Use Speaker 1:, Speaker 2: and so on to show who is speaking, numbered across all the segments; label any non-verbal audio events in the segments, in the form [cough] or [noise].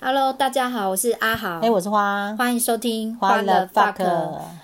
Speaker 1: Hello，大家好，我是阿豪，
Speaker 2: 哎、我是花，
Speaker 1: 欢迎收听
Speaker 2: 花了 fuck。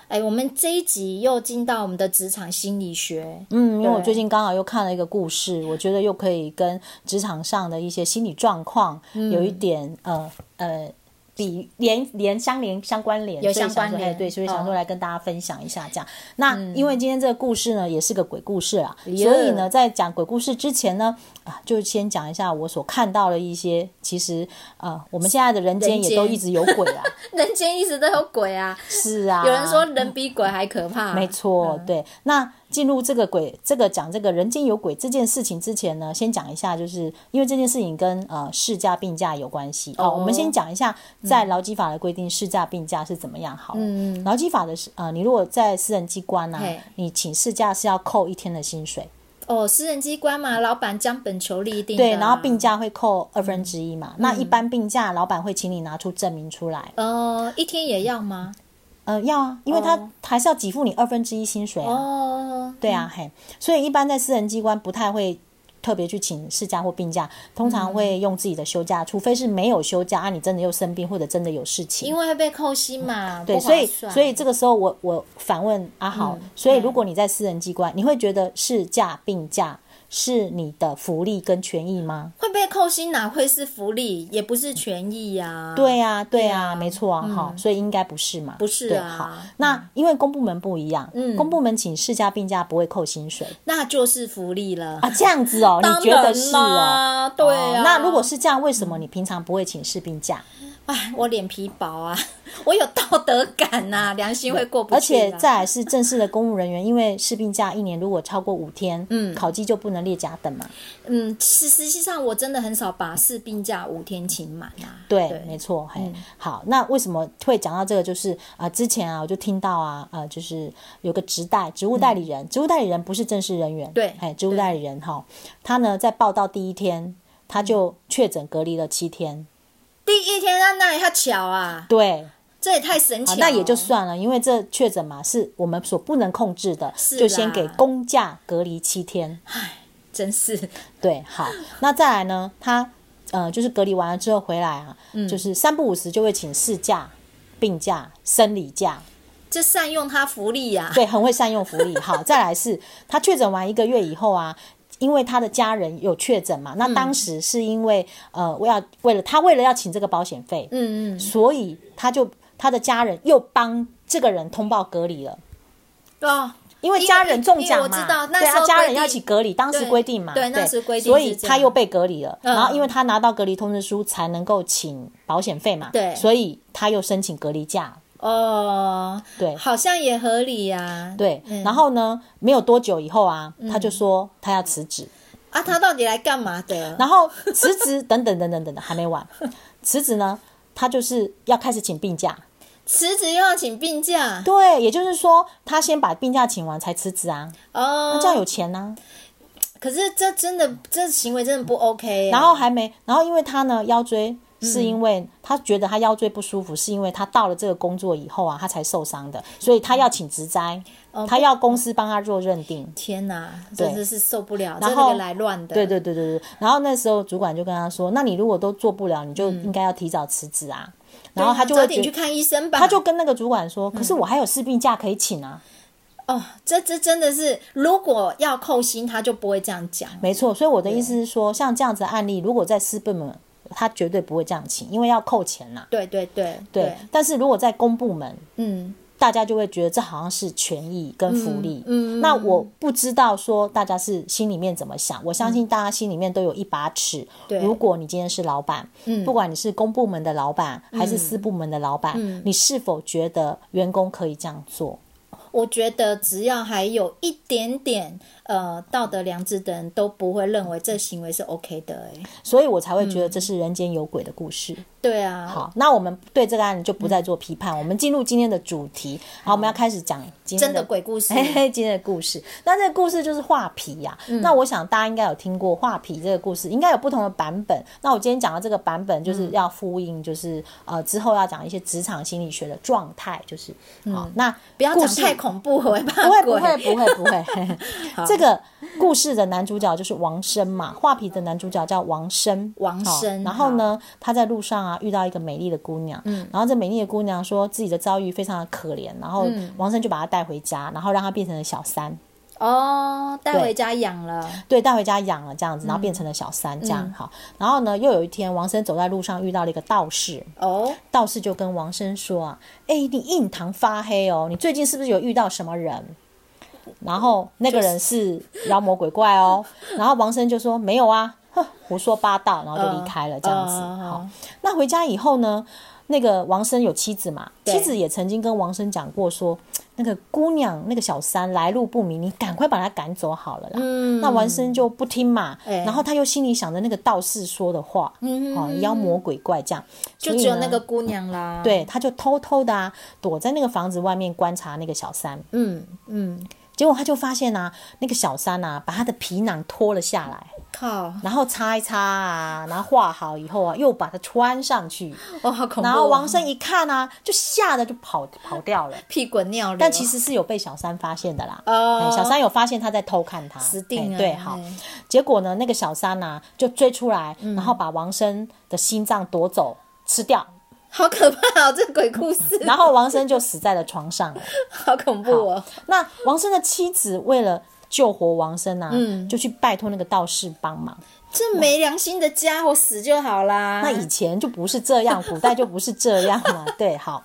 Speaker 1: 哎，我们这一集又进到我们的职场心理学，
Speaker 2: 嗯，因为我
Speaker 1: 对
Speaker 2: 最近刚好又看了一个故事，我觉得又可以跟职场上的一些心理状况、
Speaker 1: 嗯
Speaker 2: 有一点呃呃比连连相连相关联，
Speaker 1: 有
Speaker 2: 所以
Speaker 1: 相关
Speaker 2: 想说
Speaker 1: 联
Speaker 2: 哎对，所以想说
Speaker 1: 哦嗯
Speaker 2: 来跟大家分享一下这样。那因为今天这个故事呢，也是个鬼故事啊，
Speaker 1: 哎呀
Speaker 2: 所以呢，在讲鬼故事之前呢，啊，就先讲一下我所看到的一些，其实呃，我们现在的人间
Speaker 1: 人间
Speaker 2: 也都一直有鬼
Speaker 1: [laughs]
Speaker 2: 啊，
Speaker 1: [laughs] 人间一直都有鬼啊！
Speaker 2: 是啊，
Speaker 1: 有人说人比鬼还可怕，
Speaker 2: 没错，
Speaker 1: 嗯
Speaker 2: 对。那进入这个鬼，这个讲这个人间有鬼这件事情之前呢，先讲一下，就是因为这件事情跟呃事假病假有关系。哦，
Speaker 1: 哦
Speaker 2: 我们先讲一下在劳基法的规定，事假病假是怎么样好了。
Speaker 1: 嗯
Speaker 2: 劳基法的是呃，你如果在私人机关呐、
Speaker 1: 嘿
Speaker 2: 你请事假是要扣一天的薪水，
Speaker 1: 哦，私人机关嘛，老板将本求利一定的啊
Speaker 2: 对，然后病假会扣二分之一嘛。
Speaker 1: 嗯
Speaker 2: 那一般病假，老板会请你拿出证明出来。
Speaker 1: 哦，一天也要吗？
Speaker 2: 呃，要啊，因为他
Speaker 1: 哦
Speaker 2: 还是要给付你二分之一薪水啊。
Speaker 1: 哦，
Speaker 2: 对啊，嘿，所以一般在私人机关不太会特别去请事假或病假，
Speaker 1: 嗯
Speaker 2: 通常会用自己的休假，除非是没有休假啊，你真的又生病或者真的有事情。
Speaker 1: 因为会被扣薪嘛，
Speaker 2: 对，
Speaker 1: 不划
Speaker 2: 所以
Speaker 1: 算
Speaker 2: 所以这个时候我我反问阿豪，
Speaker 1: 嗯
Speaker 2: 所以如果你在私人机关，你会觉得事假病假是你的福利跟权益吗？
Speaker 1: 会被扣薪哪会是福利，也不是权益呀。
Speaker 2: 对呀、对
Speaker 1: 对
Speaker 2: 呀、
Speaker 1: 啊
Speaker 2: 没错啊，哈、所以应该不是嘛？
Speaker 1: 不是
Speaker 2: 对
Speaker 1: 啊
Speaker 2: 好
Speaker 1: 嗯，
Speaker 2: 那因为公部门不一样，
Speaker 1: 嗯
Speaker 2: 公部门请事假病假不会扣薪水
Speaker 1: 那就是福利了
Speaker 2: 啊，。这样子哦，
Speaker 1: 当
Speaker 2: 你觉
Speaker 1: 然
Speaker 2: 得是哦？
Speaker 1: 啦对啊
Speaker 2: 哦。那如果是这样，为什么你平常不会请士兵假？
Speaker 1: 哎，我脸皮薄啊， [laughs] 我有道德感呐、良心会过不
Speaker 2: 嗯而
Speaker 1: 去啦。啊
Speaker 2: 且再来是正式的公务人员，因为士兵假一年如果超过五天，嗯，考绩就不能列甲等嘛。
Speaker 1: 嗯，实实际上我真的很少把士病假五天请满啊。
Speaker 2: 对，没错。嘿，好，那为什么会讲到这个？就是啊、呃之前啊，我就听到啊，呃，就是有个职代职务代理人，职务代理人不是正式人员，
Speaker 1: 嗯对
Speaker 2: 哎，职务代理人哈，他呢在报到第一天他就确诊隔离了七天，
Speaker 1: 第一天在那里他巧啊，
Speaker 2: 对。
Speaker 1: 这也太神奇、
Speaker 2: 啊
Speaker 1: 了。，
Speaker 2: 那也就算了，因为这确诊嘛是我们所不能控制的，
Speaker 1: 是
Speaker 2: 就先
Speaker 1: 啦
Speaker 2: 给公假隔离七天。
Speaker 1: 真是
Speaker 2: 对，好，那再来呢，他呃就是隔离完了之后回来啊，
Speaker 1: 嗯
Speaker 2: 就是三不五时就会请事假、病假、生理假，
Speaker 1: 这善用他福利呀、啊。
Speaker 2: 对，很会善用福
Speaker 1: [laughs]
Speaker 2: 利。好，再来是他确诊完一个月以后啊。因为他的家人有确诊嘛，
Speaker 1: 嗯
Speaker 2: 那当时是因为、呃，我要为了他为了要请这个保险费，
Speaker 1: 嗯嗯，
Speaker 2: 所以他就他的家人又帮这个人通报隔离了。
Speaker 1: 哦，
Speaker 2: 因为家人中奖
Speaker 1: 因为
Speaker 2: 嘛，
Speaker 1: 我知道那
Speaker 2: 对
Speaker 1: 时
Speaker 2: 啊，
Speaker 1: 候
Speaker 2: 家
Speaker 1: 规
Speaker 2: 人
Speaker 1: 定
Speaker 2: 要一起隔离，当时
Speaker 1: 对
Speaker 2: 规定嘛，
Speaker 1: 对那时规定
Speaker 2: 所
Speaker 1: 是
Speaker 2: 以
Speaker 1: 这
Speaker 2: 他
Speaker 1: 样
Speaker 2: 又被隔离了。
Speaker 1: 嗯
Speaker 2: 然后因为他拿到隔离通知书才能够请保险费嘛，
Speaker 1: 对
Speaker 2: 所以他又申请隔离假，
Speaker 1: 哦，
Speaker 2: 对
Speaker 1: 好像也合理呀、啊。
Speaker 2: 对。然后呢，没有多久以后啊，
Speaker 1: 嗯
Speaker 2: 他就说他要辞职，
Speaker 1: 啊，他到底来干嘛的？
Speaker 2: 然后辞职等等等等等等，还没完，辞职呢，他就是要开始请病假。
Speaker 1: 辞职又要请病假
Speaker 2: 对，也就是说，他先把病假请完才辞职啊，
Speaker 1: 哦
Speaker 2: 那，这样有钱啊呐、
Speaker 1: 可是这真的这行为真的不 OK 啊耶、
Speaker 2: 然后还没，然后因为他呢腰椎
Speaker 1: 嗯
Speaker 2: 是因为他觉得他腰椎不舒服，是因为他到了这个工作以后啊，他才受伤的，所以他要请职灾，
Speaker 1: 哦
Speaker 2: 他要公司帮他做认定。
Speaker 1: 天哪，真的是受不了，
Speaker 2: 然
Speaker 1: 这
Speaker 2: 后
Speaker 1: 个来乱的。
Speaker 2: 对对对对对，然后那时候主管就跟他说：“那你如果都做不了，你就应该要提早辞职啊。然后他
Speaker 1: 嗯
Speaker 2: 就
Speaker 1: 哦早
Speaker 2: 会
Speaker 1: 点
Speaker 2: 觉
Speaker 1: 去看嗯医生吧。
Speaker 2: 他就跟那个主管说：“可是我还有事病假可以请啊。”
Speaker 1: 哦，这这真的是，如果要扣薪，他就不会这样讲。
Speaker 2: 没错，所以我的意思是说，像这样子的案例，如果在私部门，他绝对不会这样请，因为要扣钱呐、
Speaker 1: 对对对
Speaker 2: 对，但是如果在公部门，
Speaker 1: 嗯，
Speaker 2: 大家就会觉得这好像是权益跟福利。
Speaker 1: 嗯嗯嗯
Speaker 2: 那我不知道说大家是心里面怎么想，我相信大家心里面都有一把尺。
Speaker 1: 对嗯
Speaker 2: 如果你今天是老板，不管你是公部门的老板还是私部门的老板，
Speaker 1: 嗯
Speaker 2: 你是否觉得员工可以这样做？
Speaker 1: 我觉得只要还有一点点呃道德良知的人，都不会认为这行为是 OK 的、欸。
Speaker 2: 所以我才会觉得这是人间有鬼的故事。
Speaker 1: 对啊，
Speaker 2: 好，那我们对这个案子就不再做批判，我们进入今天的主题。好，我们要开始讲今天
Speaker 1: 嗯真的鬼故事
Speaker 2: [laughs] 嘿嘿，今天的故事，那这个故事就是画皮呀、
Speaker 1: 嗯
Speaker 2: 那我想大家应该有听过画皮这个故事，应该有不同的版本。那我今天讲的这个版本，
Speaker 1: 嗯
Speaker 2: 就是要呼应，就是、呃之后要讲一些职场心理学的状态，就是好、那
Speaker 1: 嗯不要
Speaker 2: 故
Speaker 1: 讲
Speaker 2: 事
Speaker 1: 太恐怖，我会怕
Speaker 2: 不会
Speaker 1: 鬼。
Speaker 2: [laughs] 不会不会不会。这这个故事的男主角就是王生嘛，画皮的男主角叫王生，
Speaker 1: 王
Speaker 2: 好
Speaker 1: 生
Speaker 2: 然后呢，他在路上啊遇到一个美丽的姑娘，嗯，然后这美丽的姑娘说自己的遭遇非常的可怜，然后王生就把她带回家，然后让她变成了小三，
Speaker 1: 哦，带回家养了，
Speaker 2: 对，带回家养了这样子，然后变成了小三这样好。然后呢，又有一天，王生走在路上遇到了一个道士，
Speaker 1: 哦，
Speaker 2: 道士就跟王生说啊，哎，你印堂发黑哦，你最近是不是有遇到什么人？然后那个人是妖魔鬼怪哦，然后王生就说没有啊，哼，胡说八道，然后就离开了这样子。
Speaker 1: 嗯嗯嗯嗯
Speaker 2: 好，那回家以后呢，那个王生有妻子嘛，
Speaker 1: 对
Speaker 2: 妻子也曾经跟王生讲过说，那个姑娘那个小三来路不明，你赶快把她赶走好了啦。
Speaker 1: 嗯，
Speaker 2: 那王生就不听嘛，
Speaker 1: 哎
Speaker 2: 然后他又心里想着那个道士说的话，
Speaker 1: 嗯
Speaker 2: 哦，妖魔鬼怪这样，
Speaker 1: 就
Speaker 2: 所以
Speaker 1: 只有
Speaker 2: 呢
Speaker 1: 那个姑娘啦，，
Speaker 2: 对，他就偷偷的啊，躲在那个房子外面观察那个小三，
Speaker 1: 嗯嗯，
Speaker 2: 结果他就发现啊，那个小三啊，把他的皮囊脱了下来，
Speaker 1: 靠，
Speaker 2: 然后擦一擦啊，然后画好以后啊，又把它穿上去，
Speaker 1: 哦，好恐怖哦，
Speaker 2: 然后王生一看啊，就吓得就跑跑掉了。
Speaker 1: 屁滚尿流，
Speaker 2: 但其实是有被小三发现的啦，
Speaker 1: 哦
Speaker 2: 哎小三有发现他在偷看他，
Speaker 1: 死定了，
Speaker 2: 哎对，好，
Speaker 1: 哎
Speaker 2: 结果呢，那个小三呐、就追出来，
Speaker 1: 嗯
Speaker 2: 然后把王生的心脏夺走吃掉，
Speaker 1: 好可怕哦，这鬼故事，
Speaker 2: 然后王生就死在了床上了。
Speaker 1: 好恐怖哦，
Speaker 2: 那王生的妻子为了救活王生啊，
Speaker 1: 嗯
Speaker 2: 就去拜托那个道士帮忙。
Speaker 1: 这没良心的家伙死就好啦，
Speaker 2: 那以前就不是这样，古代就不是这样
Speaker 1: [laughs]
Speaker 2: 了。对，好。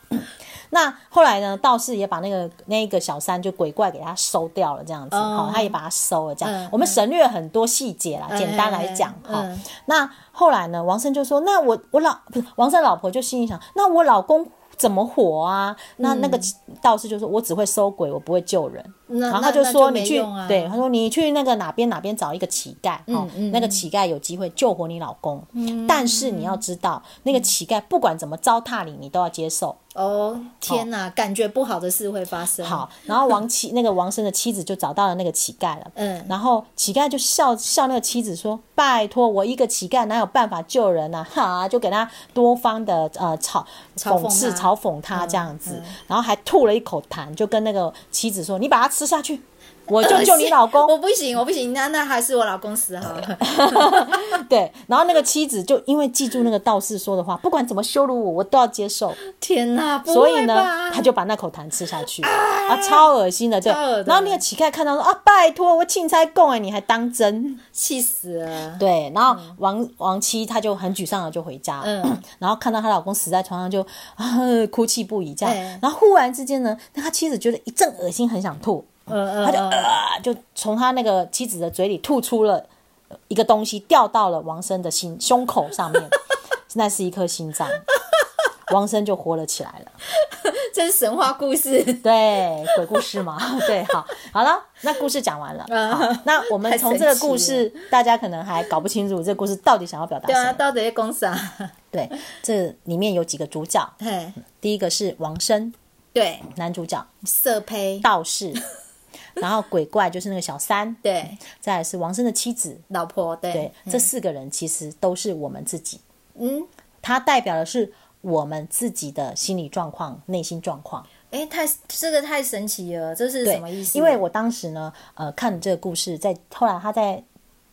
Speaker 2: 那后来呢？道士也把那个那个小三就鬼怪给他收掉了，这样子
Speaker 1: 哦
Speaker 2: 好，他也把他收了，这样
Speaker 1: 嗯
Speaker 2: 我们省略很多细节啦。
Speaker 1: 嗯
Speaker 2: 简单来讲
Speaker 1: 嗯
Speaker 2: 哈
Speaker 1: 嗯，
Speaker 2: 那后来呢？王生就说：“那我我老不是王生老婆就心里想，那我老公怎么活啊？”那
Speaker 1: 嗯
Speaker 2: 那个道士就说：“我只会收鬼，我不会救人。”
Speaker 1: 那
Speaker 2: 然
Speaker 1: 嗯
Speaker 2: 后
Speaker 1: 那
Speaker 2: 他就
Speaker 1: 那
Speaker 2: 说
Speaker 1: 没
Speaker 2: 你去
Speaker 1: 用啊、嗯
Speaker 2: 对，他说你去那个哪边哪边找一个乞丐，哦，那个乞丐有机会救活你老公，但是你要知道，那个乞丐不管怎么糟蹋你，你都要接受。
Speaker 1: 哦，天哪，感觉不好的事会发生。
Speaker 2: 好，，然后王妻那个王生的妻子就找到了那个乞丐了，
Speaker 1: 嗯
Speaker 2: 然后乞丐就笑笑那个妻子说：“拜托，我一个乞丐哪有办法救人呐、哈，就给他多方的呃嘲
Speaker 1: 嘲讽
Speaker 2: 讽刺、
Speaker 1: 他嗯
Speaker 2: 嘲讽他这样子，然后还吐了一口痰，就跟那个妻子说：‘你把它吃下去，我
Speaker 1: 呃
Speaker 2: 就救你老公。’哎
Speaker 1: 我不行，我不行，那那还是我老公死好了。
Speaker 2: 对，然后那个妻子就因为记住那个道士说的话，不管怎么羞辱我，我都要接受，
Speaker 1: 天哪，不
Speaker 2: 所以
Speaker 1: 会
Speaker 2: 呢
Speaker 1: 吧，
Speaker 2: 他就把那口痰吃下去，啊，超恶心的，对。
Speaker 1: 超恶的
Speaker 2: 然后那个乞丐看到说啊，拜托，我钦差供哎，你还当真？
Speaker 1: 气死了。
Speaker 2: 对，然后王、王妻她就很沮丧的就回家，
Speaker 1: 嗯
Speaker 2: 然后看到她老公死在床上就啊哭泣不已这样，
Speaker 1: 哎
Speaker 2: 然后忽然之间呢，那他妻子觉得一阵恶心，很想吐，
Speaker 1: 嗯
Speaker 2: 他就
Speaker 1: 嗯嗯，
Speaker 2: 啊、就从他那个妻子的嘴里吐出了呃一个东西，掉到了王生的心胸口
Speaker 1: [laughs]
Speaker 2: 上面，那是一颗心脏，王生就活了起来了。
Speaker 1: 这是神话故
Speaker 2: [laughs]
Speaker 1: 事。
Speaker 2: 对，鬼故事嘛， [laughs] 对，好，好了，那故事讲完了。好，那我
Speaker 1: 嗯
Speaker 2: 们
Speaker 1: 太
Speaker 2: 从
Speaker 1: 神
Speaker 2: 这个
Speaker 1: 奇
Speaker 2: 故事，大家可能还搞不清楚这故事到底想要表达
Speaker 1: 对
Speaker 2: 什
Speaker 1: 啊，
Speaker 2: 么。
Speaker 1: 到底在攻啥？
Speaker 2: 对，这里面有几个主角，
Speaker 1: 嘿，
Speaker 2: 第一个是王生，
Speaker 1: 对，
Speaker 2: 男主角
Speaker 1: 色胚，[laughs]
Speaker 2: 道士，然后鬼怪就是那个小三，
Speaker 1: 对，
Speaker 2: 再来是王生的妻子，
Speaker 1: 老婆，对，
Speaker 2: 对，这四个人其实都是我们自己，
Speaker 1: 嗯，
Speaker 2: 它代表的是我们自己的心理状况、内心状况。
Speaker 1: 哎，太这个太神奇了，这是
Speaker 2: 对，
Speaker 1: 什么意思？
Speaker 2: 因为我当时呢，呃，看这个故事，在后来他在。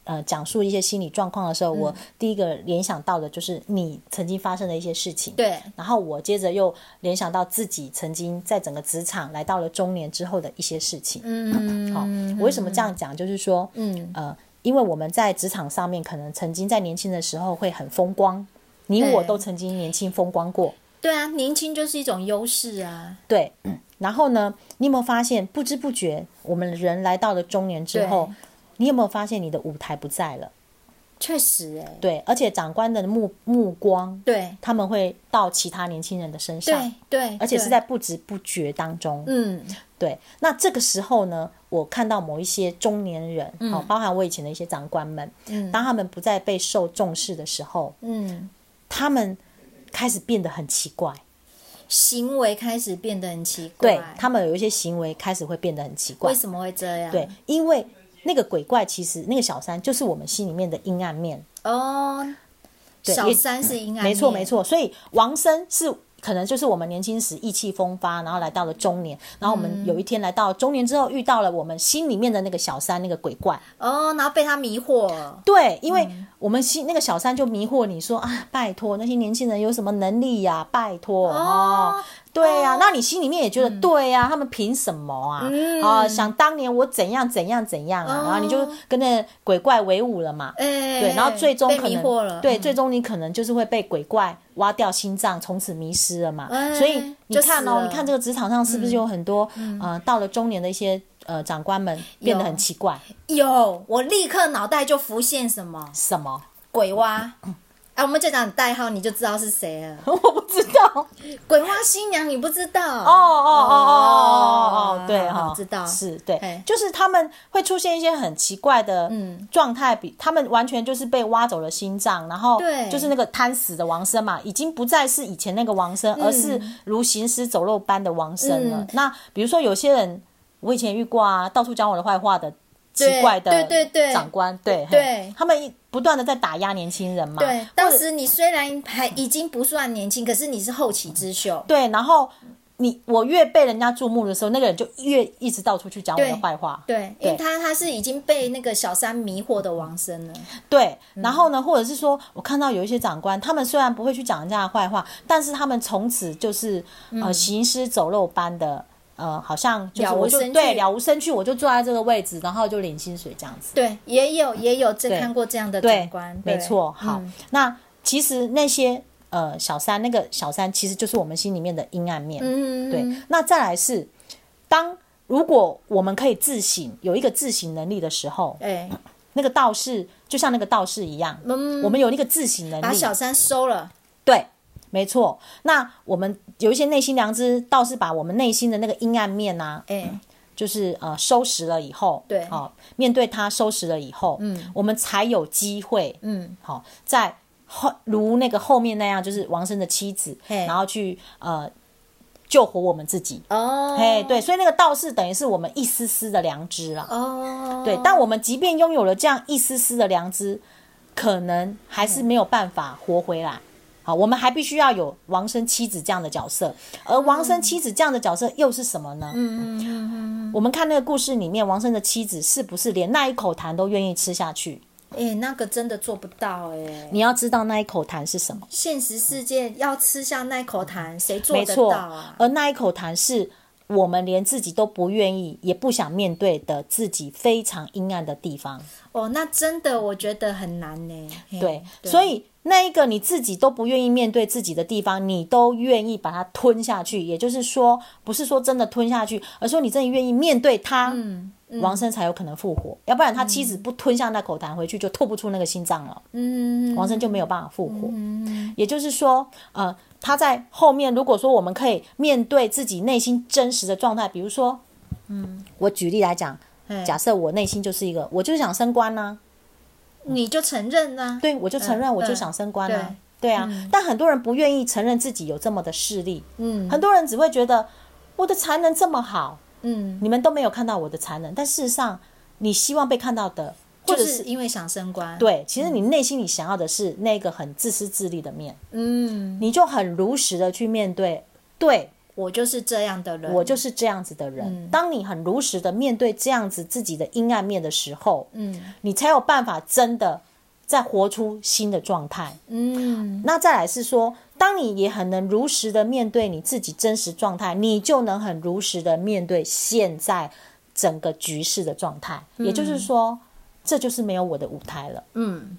Speaker 2: 呃，讲述一些心理状况的
Speaker 1: 嗯
Speaker 2: 时候，我第一个联想到的就是你曾经发生的一些事情。
Speaker 1: 对
Speaker 2: 然后我接着又联想到自己曾经在整个职场来到了中年之后的一些事情。嗯，好、我为什么这样讲？就是说，嗯，呃，因为我们在职场上面可能曾经在年轻的时候会很风光，你我
Speaker 1: 对
Speaker 2: 都曾经年轻风光过。
Speaker 1: 对啊，年轻就是一种优势啊。
Speaker 2: 对，然后呢，你有没有发现，不知不觉我们人来到了中年之后
Speaker 1: 对，
Speaker 2: 你有没有发现你的舞台不在了？
Speaker 1: 确实、哎，
Speaker 2: 对，而且长官的目目光，
Speaker 1: 对，
Speaker 2: 他们会到其他年轻人的身上
Speaker 1: 对，，对，
Speaker 2: 而且是
Speaker 1: 对
Speaker 2: 在，不知不觉当中。
Speaker 1: 嗯，
Speaker 2: 对，那这个时候呢，我看到某一些中年人，
Speaker 1: 嗯
Speaker 2: 哦，包含我以前的一些长官们，当他们不再被受重视的时候，
Speaker 1: 嗯，
Speaker 2: 他们开始变得很奇怪，
Speaker 1: 行为开始变得很奇怪。
Speaker 2: 对他们有一些行为开始会变得很奇怪
Speaker 1: 为。什么会这样？
Speaker 2: 对，，因为那个鬼怪其实那个小三就是我们心里面的阴暗面，
Speaker 1: 哦，
Speaker 2: 对
Speaker 1: 小
Speaker 2: 也
Speaker 1: 三是阴暗面，
Speaker 2: 没错没错。所以王生是可能就是我们年轻时意气风发，然后来到了中年，然后我
Speaker 1: 嗯
Speaker 2: 们有一天来到中年之后，遇到了我们心里面的那个小三那个鬼怪。
Speaker 1: 哦，然后被他迷惑，
Speaker 2: 对，因为
Speaker 1: 嗯
Speaker 2: 我们心那个小三就迷惑你说啊，拜托那些年轻人有什么能力呀、拜托哦。对呀、那你心里面也觉
Speaker 1: 嗯
Speaker 2: 得、对啊呀、他们凭什么啊？啊，想当年我怎样怎样怎样啊，然后你就跟那鬼怪为伍了嘛。
Speaker 1: 哦哎，
Speaker 2: 对，然后最终
Speaker 1: 被
Speaker 2: 可
Speaker 1: 迷
Speaker 2: 能
Speaker 1: 惑了，
Speaker 2: 对，
Speaker 1: 嗯
Speaker 2: 最终你可能就是会被鬼怪挖掉心脏，从此迷失了嘛。
Speaker 1: 哎
Speaker 2: 所以你
Speaker 1: 就
Speaker 2: 看
Speaker 1: 死
Speaker 2: 哦，
Speaker 1: 了嗯
Speaker 2: 你看这个职场上是不是有很多、呃到了中年的一些呃长官们变得很
Speaker 1: 有
Speaker 2: 奇怪？
Speaker 1: 有，我立刻脑袋就浮现什么
Speaker 2: 什么？ [laughs]
Speaker 1: 鬼蛙。哎、我们就讲代号，你就知道是谁了。
Speaker 2: 我不知道。
Speaker 1: 鬼蛙新娘，你不知道？哦
Speaker 2: 哦哦哦哦哦哦，对哈、
Speaker 1: 好知道
Speaker 2: 是对
Speaker 1: 嘿，
Speaker 2: 就是他们会出现一些很奇怪的
Speaker 1: 嗯
Speaker 2: 状态，比、他们完全就是被挖走了心脏，然后
Speaker 1: 对
Speaker 2: 就是那个贪死的王生嘛，已经不再是以前那个王生，而是如行尸走肉般的王生了。
Speaker 1: 嗯
Speaker 2: 那比如说有些人，我以前遇过啊，到处讲我的坏话的。奇
Speaker 1: 对
Speaker 2: 怪的
Speaker 1: 对对对
Speaker 2: 长官，对嘿
Speaker 1: 对
Speaker 2: 他们一不断的在打压年轻人嘛，啊或
Speaker 1: 对
Speaker 2: 者，
Speaker 1: 当时你虽然还已经不算年轻，可是你是后起之秀。
Speaker 2: 对，然后你我越被人家注目的时候，那个人就越一直到处去讲我的
Speaker 1: 对
Speaker 2: 坏话。
Speaker 1: 对，因为他他是已经被那个小三迷惑的王生了。
Speaker 2: 对，
Speaker 1: 嗯
Speaker 2: 然后呢，或者是说我看到有一些长官，他们虽然不会去讲人家的坏话，但是他们从此就是呃行尸走肉般的。呃，好像就
Speaker 1: 嗯
Speaker 2: 是
Speaker 1: 了无
Speaker 2: 我就
Speaker 1: 生趣
Speaker 2: 对了无生趣，我就坐在这个位置，然后就领薪水这样子。
Speaker 1: 对，也有也有这
Speaker 2: 对
Speaker 1: 看过这样的
Speaker 2: 对
Speaker 1: 长官，，对
Speaker 2: 没错。好，
Speaker 1: 嗯
Speaker 2: 那其实那些呃小三，那个小三其实就是我们心里面的阴暗面。
Speaker 1: 嗯，
Speaker 2: 对，那再来是，当如果我们可以自省，有一个自省能力的时候，
Speaker 1: 哎，
Speaker 2: 那个道士就像那个道士一样，
Speaker 1: 嗯
Speaker 2: 我们有那个自省能
Speaker 1: 把
Speaker 2: 力，
Speaker 1: 小三收了，
Speaker 2: 对。没错，那我们有一些内心良知，倒是把我们内心的那个阴暗面呐、
Speaker 1: 哎，
Speaker 2: 就是呃收拾了以后，
Speaker 1: 对
Speaker 2: 好、面对它收拾了以后，嗯，我们才有机会，
Speaker 1: 嗯，
Speaker 2: 好、在后如那个后面那样，就是王生的妻子，
Speaker 1: 嘿
Speaker 2: 然后去呃救活我们自己，
Speaker 1: 哦，
Speaker 2: 哎，对，所以那个道士等于是我们一丝丝的良知啦。
Speaker 1: 哦，
Speaker 2: 对，但我们即便拥有了这样一丝丝的良知，可能还是没有办法活回来。好，我们还必须要有王生妻子这样的角色，而王生妻子这样的角色又是什么呢？
Speaker 1: 嗯嗯嗯
Speaker 2: 我们看那个故事里面，王生的妻子是不是连那一口痰都愿意吃下去？
Speaker 1: 嗯，哎，那个真的做不到哎。
Speaker 2: 你要知道那一口痰是什么，
Speaker 1: 现实世界要吃下那口痰，谁做
Speaker 2: 没
Speaker 1: 得
Speaker 2: 错
Speaker 1: 到啊，？
Speaker 2: 而那一口痰是我们连自己都不愿意，也不想面对的自己非常阴暗的地方。
Speaker 1: 哦，那真的我觉得很难呢。嘿
Speaker 2: 对，所以那一个你自己都不愿意面对自己的地方，你都愿意把它吞下去。也就是说，不是说真的吞下去，而说你真的愿意面对它，
Speaker 1: 嗯
Speaker 2: 王生才有可能复活。要不然他妻子不吞下那口痰回去，就吐不出那个心脏了，
Speaker 1: 嗯，
Speaker 2: 王生就没有办法复活。也就是说，呃，他在后面，如果说我们可以面对自己内心真实的状态，比如说，嗯，我举例来讲，
Speaker 1: 嘿
Speaker 2: 假设我内心就是一个，我就是想升官呢、啊
Speaker 1: 你就承认啦、
Speaker 2: 对，我就承认，
Speaker 1: 嗯
Speaker 2: 我就
Speaker 1: 嗯
Speaker 2: 想升官啊
Speaker 1: 对。
Speaker 2: 对啊，但很多人不愿意承认自己有这么的势力，
Speaker 1: 嗯
Speaker 2: 很多人只会觉得我的才能这么好，
Speaker 1: 嗯，
Speaker 2: 你们都没有看到我的才能，但事实上，你希望被看到的，
Speaker 1: 就
Speaker 2: 或者
Speaker 1: 是
Speaker 2: 是
Speaker 1: 因为想升官，，
Speaker 2: 对，其实你内心里想要的是那个很自私自利的面，
Speaker 1: 嗯，
Speaker 2: 你就很如实的去面对，对
Speaker 1: 我就是这样的人，
Speaker 2: 我就是这样子的
Speaker 1: 嗯
Speaker 2: 人。当你很如实的面对这样子自己的阴暗面的时候，
Speaker 1: 嗯
Speaker 2: 你才有办法真的再活出新的状态。
Speaker 1: 嗯
Speaker 2: 那再来是说，当你也很能如实的面对你自己真实状态，你就能很如实的面对现在整个局势的状态。也就是说，这就是没有我的舞台了，
Speaker 1: 嗯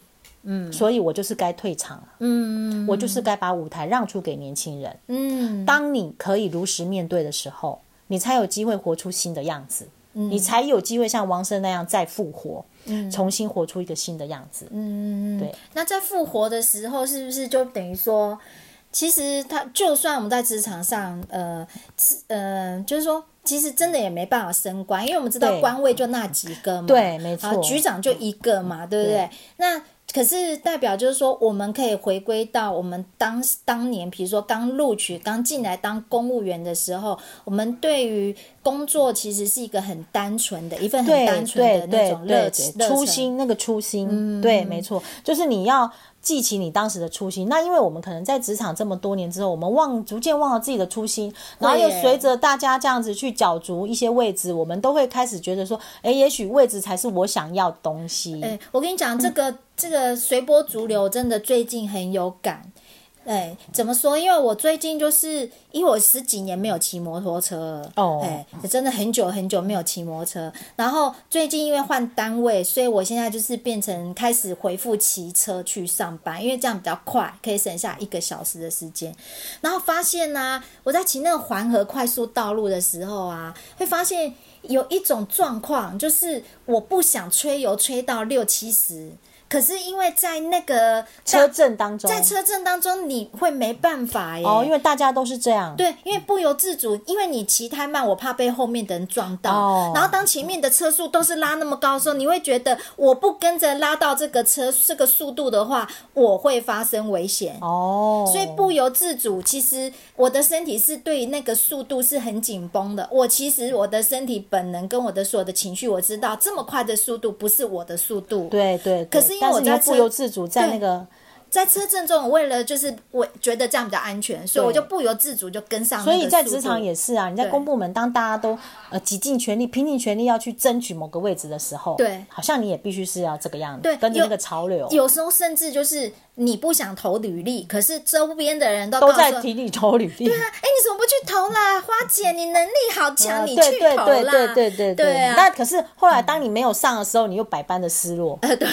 Speaker 2: 所以我就是该退场了，
Speaker 1: 嗯
Speaker 2: 我就是该把舞台让出给年轻人。
Speaker 1: 嗯，
Speaker 2: 当你可以如实面对的时候，你才有机会活出新的样子，
Speaker 1: 嗯
Speaker 2: 你才有机会像王生那样再复活，重新活出一个新的样子。
Speaker 1: 嗯，
Speaker 2: 对。
Speaker 1: 那在复活的时候，是不是就等于说，其实他就算我们在职场上，呃，是呃，就是说。其实真的也没办法升官，因为我们知道
Speaker 2: 对
Speaker 1: 官位就那几个嘛，
Speaker 2: 对没错
Speaker 1: 啊局长就一个嘛，对不对？
Speaker 2: 对
Speaker 1: 那可是代表就是说，我们可以回归到我们当当年，比如说刚录取、刚进来当公务员的时候，我们对于工作其实是一个很单纯的一份很
Speaker 2: 对
Speaker 1: 单纯的那
Speaker 2: 对对
Speaker 1: 种热
Speaker 2: 对
Speaker 1: 情、
Speaker 2: 对，
Speaker 1: 热
Speaker 2: 初
Speaker 1: 忱
Speaker 2: 心那个初心，对，没错，就是你要记起你当时的初心。那因为我们可能在职场这么多年之后，我们忘逐渐忘了自己的初心，然后又
Speaker 1: 耶
Speaker 2: 随着大家这样子去角逐一些位置，我们都会开始觉得说，哎，也许位置才是我想要的东西。
Speaker 1: 哎、我跟你讲，这个这个随波逐流真的最近很有感。哎，怎么说？因为我最近就是因为我十几年没有骑摩托车了，
Speaker 2: 哦
Speaker 1: 哎，真的很久很久没有骑摩托车。然后最近因为换单位，所以我现在就是变成开始回复骑车去上班，因为这样比较快，可以省下一个小时的时间。然后发现呢、我在骑那个环河快速道路的时候啊，会发现有一种状况，就是我不想吹油吹到六七十，可是因为在那个
Speaker 2: 车阵当中，
Speaker 1: 在车阵当中，你会没办法耶。
Speaker 2: 哦，因为大家都是这样。
Speaker 1: 对，因为不由自主，因为你骑太慢，我怕被后面的人撞到。
Speaker 2: 哦
Speaker 1: 然后当前面的车速都是拉那么高的时候，你会觉得我不跟着拉到这个车这个速度的话，我会发生危险。
Speaker 2: 哦，
Speaker 1: 所以不由自主，其实我的身体是对于那个速度是很紧绷的。我其实我的身体本能跟我的所有的情绪，我知道这么快的速度不是我的速度。
Speaker 2: 对对
Speaker 1: 可
Speaker 2: 对
Speaker 1: 是因为
Speaker 2: 但
Speaker 1: 我
Speaker 2: 你
Speaker 1: 在
Speaker 2: 会不
Speaker 1: 车
Speaker 2: 由自主在
Speaker 1: 对
Speaker 2: 那个，
Speaker 1: 在车阵中，我为了就是我觉得这样比较安全，所以我就不由自主就跟上那
Speaker 2: 所
Speaker 1: 个速
Speaker 2: 以
Speaker 1: 度。
Speaker 2: 在职场也是啊，你在
Speaker 1: 对
Speaker 2: 公部门，当大家都呃竭尽全力、拼尽全力要去争取某个位置的时候，
Speaker 1: 对
Speaker 2: 好像你也必须是要这个样子，
Speaker 1: 对
Speaker 2: 跟着那
Speaker 1: 有
Speaker 2: 个潮流，
Speaker 1: 有时候甚至就是你不想投履历，可是周边的人都
Speaker 2: 都
Speaker 1: 告诉
Speaker 2: 在
Speaker 1: 我
Speaker 2: 提你投履历。
Speaker 1: 对啊，哎、你怎么不去投啦？花姐，你能力好强，
Speaker 2: 啊
Speaker 1: 你
Speaker 2: 对
Speaker 1: 去
Speaker 2: 对
Speaker 1: 投啦。
Speaker 2: 对对对对
Speaker 1: 对啊，
Speaker 2: 那可是后来，当你没有上的时候，你又百般的失落，
Speaker 1: 呃，对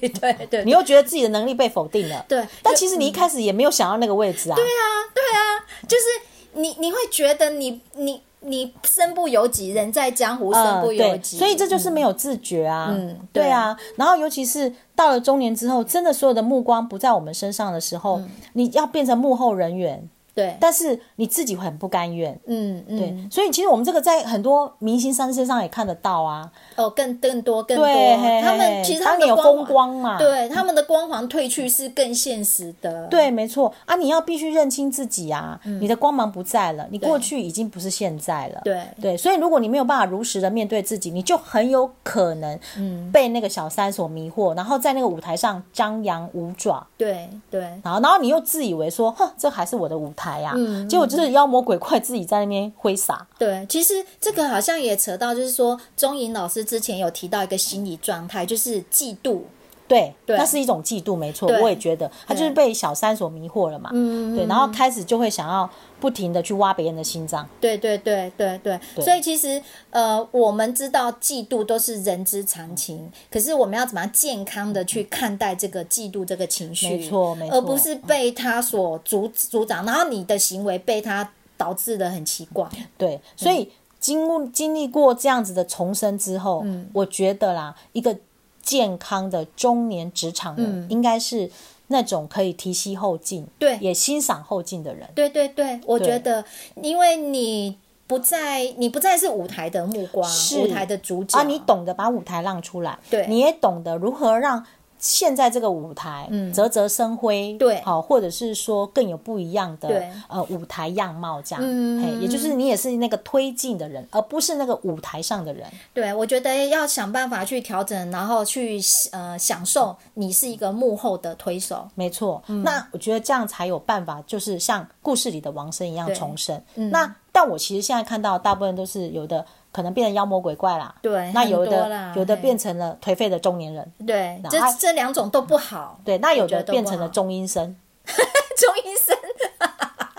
Speaker 1: 对对对
Speaker 2: 你又觉得自己的能力被否定了。
Speaker 1: 对
Speaker 2: 但
Speaker 1: 就
Speaker 2: 其实你一开始也没有想要那个位置啊。对啊，
Speaker 1: 就是你你会觉得你你你身不由己，人在江湖身不由
Speaker 2: 呃嗯对，
Speaker 1: 己，
Speaker 2: 所以这就是没有自觉啊。
Speaker 1: 嗯嗯
Speaker 2: 对啊。然后尤其是到了中年之后，真的所有的目光不在我们身上的时候，你要变成幕后人员，
Speaker 1: 嗯对，
Speaker 2: 但是你自己会很不甘愿。
Speaker 1: 嗯
Speaker 2: 对
Speaker 1: 嗯，，
Speaker 2: 所以其实我们这个在很多明星商身上也看得到啊。
Speaker 1: 哦，更更多更多啊
Speaker 2: 对，嘿，
Speaker 1: 他们
Speaker 2: 嘿
Speaker 1: 其实他
Speaker 2: 当
Speaker 1: 们
Speaker 2: 你
Speaker 1: 的
Speaker 2: 有
Speaker 1: 光
Speaker 2: 风
Speaker 1: 环，
Speaker 2: 光啊嘛，
Speaker 1: 对他们的光环褪去是更现实的，
Speaker 2: 对，没错啊，你要必须认清自己啊，
Speaker 1: 嗯
Speaker 2: 你的光芒不在了，你过去已经不是现在了。
Speaker 1: 对
Speaker 2: 对，所以如果你没有办法如实的面对自己，你就很有可能
Speaker 1: 嗯
Speaker 2: 被那个小三所迷惑，然后在那个舞台上张扬舞爪。
Speaker 1: 对对
Speaker 2: 然后，然后你又自以为说，哼，这还是我的舞台呀、啊，
Speaker 1: 嗯
Speaker 2: 结果就是妖魔鬼怪自己在那边挥洒。
Speaker 1: 对，其实这个好像也扯到，就是说钟颖老师之前有提到一个心理状态，就是嫉妒，
Speaker 2: 对，
Speaker 1: 对
Speaker 2: 那是一种嫉妒，没错，
Speaker 1: 对
Speaker 2: 我也觉得他就是被小三所迷惑了嘛，
Speaker 1: 嗯
Speaker 2: 对，然后开始就会想要不停的去挖别人的心脏，
Speaker 1: 对对对对对，
Speaker 2: 对
Speaker 1: 所以其实呃，我们知道嫉妒都是人之常情，可是我们要怎么样健康的去看待这个嫉妒这个情绪？
Speaker 2: 没错没错
Speaker 1: 而不是被他所阻阻挡，然后你的行为被他导致的很奇怪。
Speaker 2: 对，所以经过经历过这样子的重生之后，
Speaker 1: 嗯
Speaker 2: 我觉得啦，一个健康的中年职场人，应该是那种可以提携后进，
Speaker 1: 嗯对
Speaker 2: 也欣赏后进的人。
Speaker 1: 对对对，我
Speaker 2: 对
Speaker 1: 觉得因为你不在，你不再是舞台的目光，
Speaker 2: 是
Speaker 1: 舞台的主角
Speaker 2: 啊，你懂得把舞台让出来，
Speaker 1: 对
Speaker 2: 你也懂得如何让现在这个舞台，嗯，啧啧生辉，
Speaker 1: 对
Speaker 2: 好、或者是说更有不一样的
Speaker 1: 对
Speaker 2: 呃舞台样貌这样，
Speaker 1: 嗯
Speaker 2: 嘿，也就是你也是那个推进的人，而不是那个舞台上的人，
Speaker 1: 对，我觉得要想办法去调整，然后去呃享受你是一个幕后的推手。
Speaker 2: 没错，
Speaker 1: 嗯
Speaker 2: 那我觉得这样才有办法，就是像故事里的王生一样
Speaker 1: 对嗯
Speaker 2: 重生。那但我其实现在看到，大部分都是有的可能变成妖魔鬼怪啦，
Speaker 1: 对
Speaker 2: 那
Speaker 1: 很
Speaker 2: 有
Speaker 1: 多
Speaker 2: 的
Speaker 1: 啦
Speaker 2: 有的
Speaker 1: 嘿
Speaker 2: 变成了颓废的中年人，
Speaker 1: 对，
Speaker 2: 那
Speaker 1: 这
Speaker 2: 还
Speaker 1: 这两种都不好。 [laughs]
Speaker 2: 对，那有
Speaker 1: 觉
Speaker 2: 的
Speaker 1: 得都
Speaker 2: 变
Speaker 1: 不
Speaker 2: 成了
Speaker 1: 好
Speaker 2: 中阴身，
Speaker 1: 钟医
Speaker 2: [laughs]
Speaker 1: 生，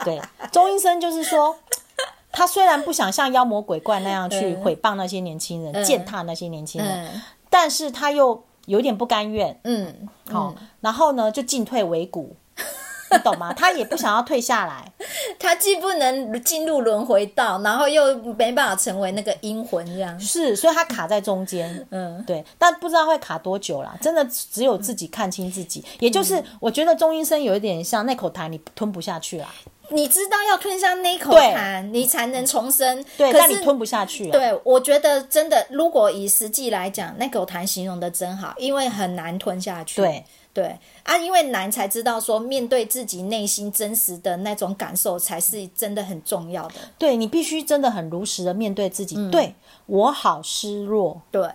Speaker 2: 对，中阴身就
Speaker 1: [laughs]
Speaker 2: 是说。他虽然不想像妖魔鬼怪那样去
Speaker 1: 嗯
Speaker 2: 毁谤那些年轻人、
Speaker 1: 嗯
Speaker 2: 践踏那些年轻人，
Speaker 1: 嗯
Speaker 2: 但是他又有点不甘愿，
Speaker 1: 嗯，
Speaker 2: 好、然后呢就进退维谷，你懂吗？他也不想要退下来，
Speaker 1: 他既不能进入轮回道，然后又没办法成为那个阴魂这样。
Speaker 2: 是，所以他卡在中间，
Speaker 1: 嗯，
Speaker 2: 对，但不知道会卡多久啦。真的只有自己看清自己，也
Speaker 1: 嗯
Speaker 2: 就是我觉得中医生有一点像那口痰，你吞不下去啦，
Speaker 1: 你知道要吞下那一口
Speaker 2: 对
Speaker 1: 痰，你才能重生。
Speaker 2: 对，
Speaker 1: 可
Speaker 2: 但
Speaker 1: 是
Speaker 2: 你吞不下去、啊，，
Speaker 1: 对，我觉得真的，如果以实际来讲，那口痰形容的真好，因为很难吞下去。
Speaker 2: 对
Speaker 1: 对啊，因为难才知道说，面对自己内心真实的那种感受，才是真的很重要的。嗯
Speaker 2: 对你必须真的很如实的面对自己，对我好失落，
Speaker 1: 对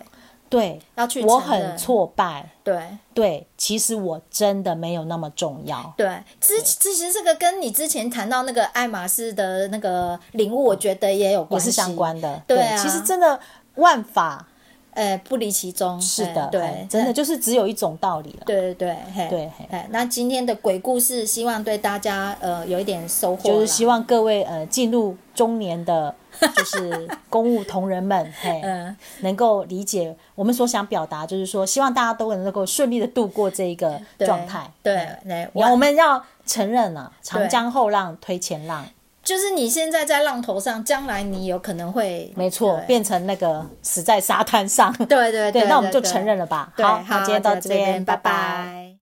Speaker 2: 对
Speaker 1: 要去
Speaker 2: 我
Speaker 1: 承认
Speaker 2: 很挫败，
Speaker 1: 对
Speaker 2: 对，其实我真的没有那么重要。
Speaker 1: 对，之之前这个跟你之前谈到那个爱马仕的那个领悟，我觉得也有
Speaker 2: 也
Speaker 1: 关系，
Speaker 2: 是相关的，
Speaker 1: 对啊
Speaker 2: 其实真的万法
Speaker 1: 呃，不离其中，
Speaker 2: 是
Speaker 1: 哎
Speaker 2: 的，哎
Speaker 1: 对，
Speaker 2: 真的
Speaker 1: 哎
Speaker 2: 就是只有一种道理了。
Speaker 1: 对对对，嘿
Speaker 2: 对嘿
Speaker 1: 哎，那今天的鬼故事，希望对大家呃有一点收获啦，
Speaker 2: 就是希望各位呃进入中
Speaker 1: [laughs]
Speaker 2: 年的，就是公务同仁们，嘿，
Speaker 1: 嗯
Speaker 2: 能够理解我们所想表达，就是说希望大家都能够顺利的度过这一个
Speaker 1: 对
Speaker 2: 状态。
Speaker 1: 对
Speaker 2: 嘿，
Speaker 1: 来
Speaker 2: 你
Speaker 1: 我
Speaker 2: 看我们要承认啊，长
Speaker 1: 对
Speaker 2: 江后浪推前浪，
Speaker 1: 就是你现在在浪头上，将来你有可能会
Speaker 2: 没错，
Speaker 1: 对
Speaker 2: 变成那个死在沙滩上。
Speaker 1: 对对
Speaker 2: [laughs] 对，那我们就
Speaker 1: 对
Speaker 2: 承认了吧。
Speaker 1: 对，
Speaker 2: 好，那今天到
Speaker 1: 就
Speaker 2: 这
Speaker 1: 这边，
Speaker 2: 边，
Speaker 1: 拜
Speaker 2: 拜拜
Speaker 1: 拜。